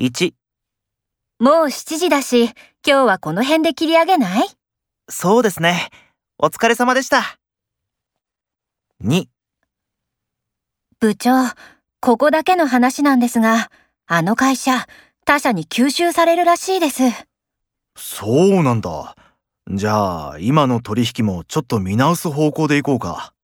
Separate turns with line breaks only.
1、
もう7時だし、今日はこの辺で切り上げない
そうですね。お疲れ様でした。2、
部長、ここだけの話なんですが、あの会社、他社に吸収されるらしいです。
そうなんだ。じゃあ、今の取引もちょっと見直す方向でいこうか。